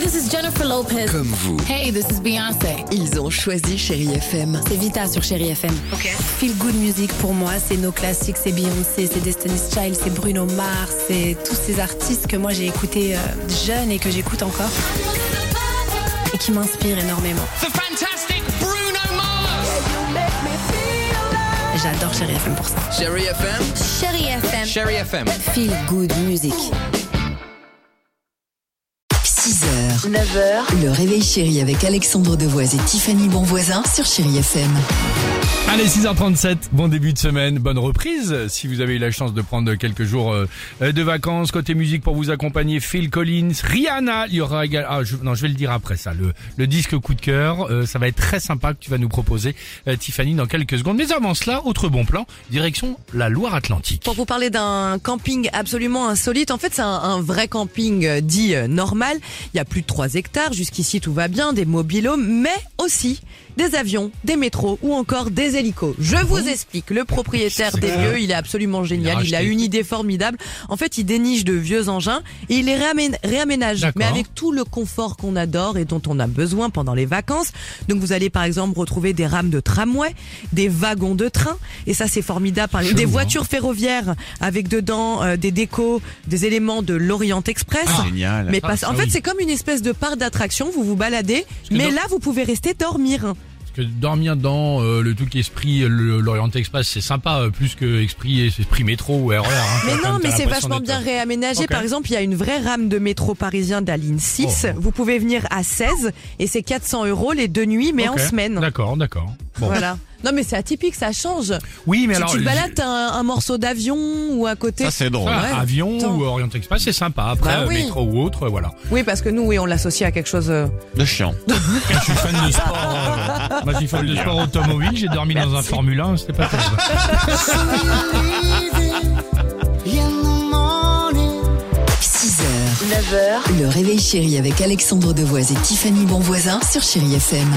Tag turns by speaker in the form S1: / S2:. S1: this is Jennifer Lopez.
S2: Comme vous,
S1: Hey, this is Beyoncé.
S3: Ils ont choisi Chérie FM.
S1: C'est Vita sur Chérie FM.
S3: Ok.
S4: Feel Good Music pour moi, c'est nos classiques, c'est Beyoncé, c'est Destiny's Child, c'est Bruno Mars, c'est tous ces artistes que moi j'ai écoutés euh, jeune et que j'écoute encore et qui m'inspirent énormément.
S5: The fantastic Bruno Mars.
S4: J'adore Chérie FM pour ça.
S3: Chérie FM.
S1: Chérie FM.
S5: Sherry FM.
S3: Feel Good Music. 6h, 9h, le réveil chéri avec Alexandre Devoise et Tiffany Bonvoisin sur Chéri FM.
S6: Allez 6h37, bon début de semaine, bonne reprise. Si vous avez eu la chance de prendre quelques jours euh, de vacances, côté musique pour vous accompagner, Phil Collins, Rihanna, il y aura également... Ah, je- non, je vais le dire après ça, le, le disque coup de cœur, euh, ça va être très sympa que tu vas nous proposer, euh, Tiffany, dans quelques secondes. Mais avant cela, autre bon plan, direction la Loire-Atlantique.
S7: pour vous parler d'un camping absolument insolite. En fait, c'est un, un vrai camping euh, dit euh, normal. Il y a plus de 3 hectares. Jusqu'ici, tout va bien. Des mobilhomes, mais aussi des avions, des métros ou encore des hélicos. Je vous explique. Le propriétaire
S6: Ah C'est
S7: des
S6: ça.
S7: lieux, il est absolument génial. Il a,
S6: racheté.
S7: une idée formidable. En fait, il déniche de vieux engins et il les réamène- réaménage,
S6: D'accord.
S7: mais avec tout le confort qu'on adore et dont on a besoin pendant les vacances. Donc, vous allez par exemple retrouver des rames de tramway, des wagons de train. Et ça, c'est formidable. Par les-
S6: Chelou,
S7: Des
S6: hein.
S7: voitures voiture ferroviaire avec dedans euh, des décos, des éléments de l'Orient Express.
S2: génial.
S7: Mais
S6: Ah,
S7: pas-
S6: ça,
S7: en fait,
S6: oui.
S7: c'est comme une espèce de parc d'attraction. Vous vous baladez,
S6: que
S7: mais
S6: dans-
S7: là, vous pouvez rester dormir.
S6: Parce que dormir dans euh, le truc esprit, le- l'Orient Express, c'est sympa, euh, plus que esprit, esprit métro ou RER. hein.
S7: Mais
S6: Quand
S7: non,
S6: même,
S7: mais
S6: t'as
S7: c'est
S6: l'impression
S7: vachement
S6: d'être-
S7: bien réaménagé.
S6: Ok.
S7: Par exemple, il y a une vraie rame de métro parisien de la ligne 6.
S6: Oh.
S7: Vous pouvez venir à 16 et c'est 400 euros les deux nuits, mais en
S6: Ok,
S7: semaine.
S6: D'accord, d'accord. Bon.
S7: Voilà. Non, mais c'est atypique, ça change.
S6: Oui, mais
S7: si
S6: alors...
S7: tu te
S6: je-
S7: balades, t'as un, un morceau d'avion ou à côté.
S2: Ça, c'est drôle.
S6: Ah,
S7: Ouais.
S6: avion
S7: Attends.
S6: ou Orient Express, c'est sympa. Après,
S7: Bah oui.
S6: euh, métro ou autre, euh, voilà.
S7: Oui, parce que nous, oui, on l'associe à quelque chose. euh,
S2: De chiant.
S6: Je suis fan de
S7: Ah.
S6: sport. euh, moi, je suis fan de sport automobile. J'ai dormi dans un Formule 1, c'était pas terrible.
S8: in the morning.
S3: 6h, 9h, le réveil chéri avec Alexandre Devoise et Tiffany Bonvoisin sur Chérie FM.